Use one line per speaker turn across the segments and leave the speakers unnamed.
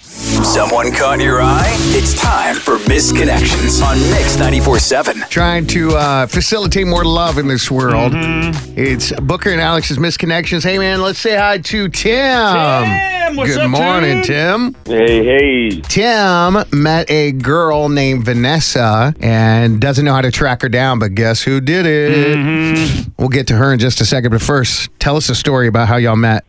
Someone caught your eye? It's time for misconnections on Mix 94.7.
Trying to uh, facilitate more love in this world.
Mm-hmm.
It's Booker and Alex's Misconnections. Hey, man, let's say hi to Tim. Tim,
what's
Good
up,
morning, Tim?
Hey, hey.
Tim met a girl named Vanessa and doesn't know how to track her down, but guess who did it?
Mm-hmm.
We'll get to her in just a second, but first, tell us a story about how y'all met.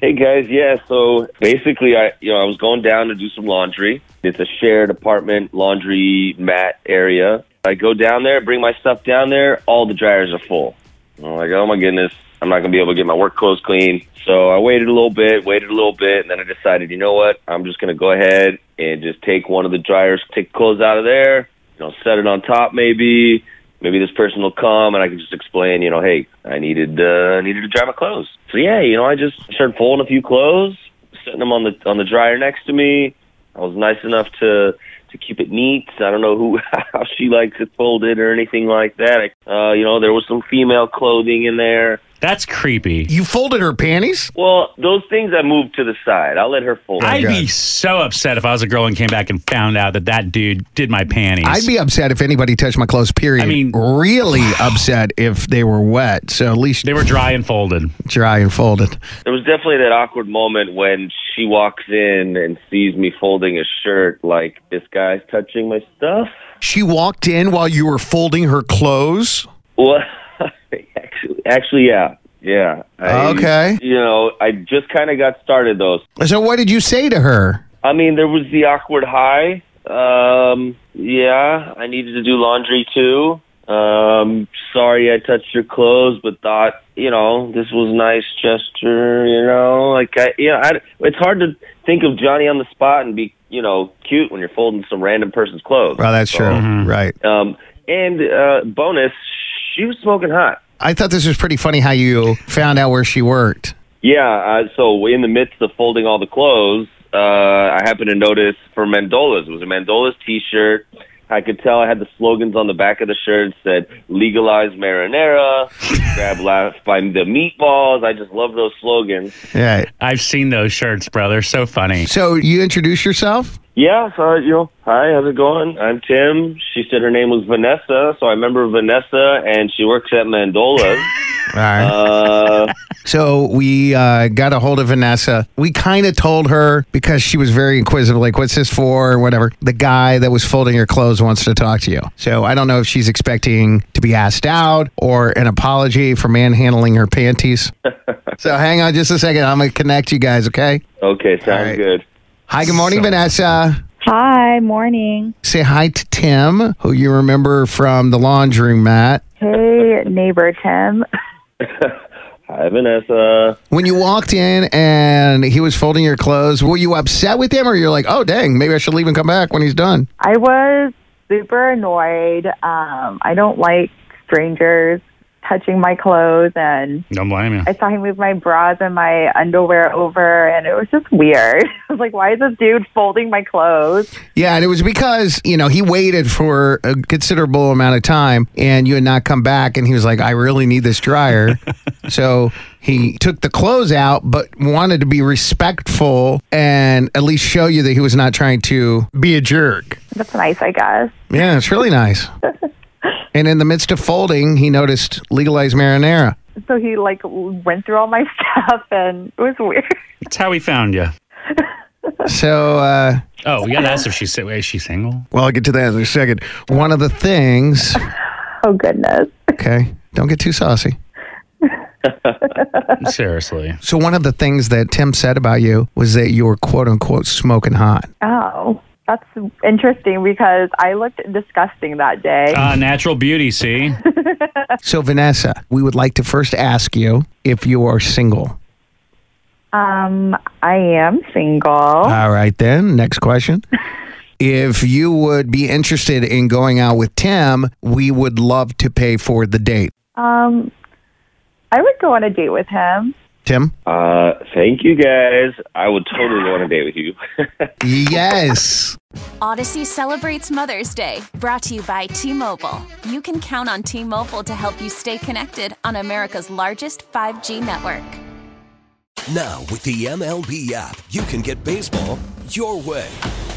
Hey, guys. Yeah, so basically, I you know I was going down to do some laundry. It's a shared apartment laundry mat area. I go down there, bring my stuff down there. All the dryers are full. I'm like, oh my goodness, I'm not gonna be able to get my work clothes clean. So I waited a little bit, waited a little bit, and then I decided, you know what? I'm just gonna go ahead and just take one of the dryers, take clothes out of there, you know, set it on top maybe. Maybe this person will come and I can just explain, you know, hey, I needed uh, I needed to dry my clothes. So yeah, you know, I just started folding a few clothes, setting them on the on the dryer next to me. I was nice enough to to keep it neat. I don't know who how she likes it folded or anything like that. Uh, you know, there was some female clothing in there.
That's creepy.
You folded her panties?
Well, those things I moved to the side. I'll let her fold.
I'd
oh God.
be so upset if I was a girl and came back and found out that that dude did my panties.
I'd be upset if anybody touched my clothes, period.
I mean-
really upset if they were wet. So at least
They were dry and folded.
dry and folded.
There was definitely that awkward moment when she walks in and sees me folding a shirt like this guy's touching my stuff.
She walked in while you were folding her clothes.
Well, actually, actually, yeah, yeah. I-
Okay.
You know, I just kind of got started though.
So what did you say to her?
I mean, there was the awkward high. Um, yeah, I needed to do laundry too. Um, sorry I touched your clothes, but thought, you know, this was a nice gesture, you know, like I, you know, I, it's hard to think of Johnny on the spot and be, you know, cute when you're folding some random person's clothes.
Well, that's
Oh.
true. Mm-hmm. Right.
Um, and, uh, bonus, she was smoking hot.
I thought this was pretty funny how you found out where she worked.
Yeah, uh, so in the midst of folding all the clothes, uh, I happened to notice for Mandola's. It was a Mandola's T-shirt. I could tell I had the slogans on the back of the shirt said "Legalize Marinara," "Grab Laugh by the Meatballs." I just love those slogans.
Yeah.
I've seen those shirts, bro. They're so funny.
So you introduce yourself?
Yeah, so you know, hi, how's it going? I'm Tim. She said her name was Vanessa, so I remember Vanessa, and she works at Mandola's.
All right.
Uh,
so we uh, got a hold of Vanessa. We kind of told her because she was very inquisitive, like, what's this for or whatever. The guy that was folding your clothes wants to talk to you. So I don't know if she's expecting to be asked out or an apology for manhandling her panties. so hang on just a second. I'm going to connect you guys, okay?
okay, sounds
All right.
good.
Hi, good morning, Vanessa.
Hi, morning.
Say hi to Tim, who you remember from the laundry mat.
Hey, neighbor Tim.
Hi, Vanessa.
When you walked in and he was folding your clothes, were you upset with him or you're like, oh, dang, maybe I should leave and come back when he's done?
I was super annoyed. Um, I don't like strangers touching my clothes, and
Don't blame you.
I saw him move my bras and my underwear over, and it was just weird. I was like, why is this dude folding my clothes?
Yeah, and it was because, you know, he waited for a considerable amount of time and you had not come back. And he was like, I really need this dryer. so he took the clothes out, but wanted to be respectful and at least show you that he was not trying to be a jerk.
That's nice, I guess.
Yeah, it's really nice. and in the midst of folding, he noticed legalized marinara.
So he like went through all my stuff, and it was weird.
That's how we found you.
So, uh,
Oh, yeah, that's if she's, is she single?
Well, I'll get to that in a second. One of the things,
Oh goodness.
okay, don't get too saucy.
Seriously.
So, one of the things that Tim said about you was that you were quote unquote smoking hot.
Oh, that's interesting because I looked disgusting that day.
Uh, natural beauty, see?
So, Vanessa, we would like to first ask you if you are single.
Um, I am single.
All right, then. Next question. If you would be interested in going out with Tim, we would love to pay for the date.
um, I would go on a date with him.
Tim?
Uh, thank you guys. I would totally go on a date with you.
Yes.
Odyssey celebrates Mother's Day, brought to you by T Mobile. You can count on T Mobile to help you stay connected on America's largest 5G network.
Now, with the MLB app, you can get baseball your way.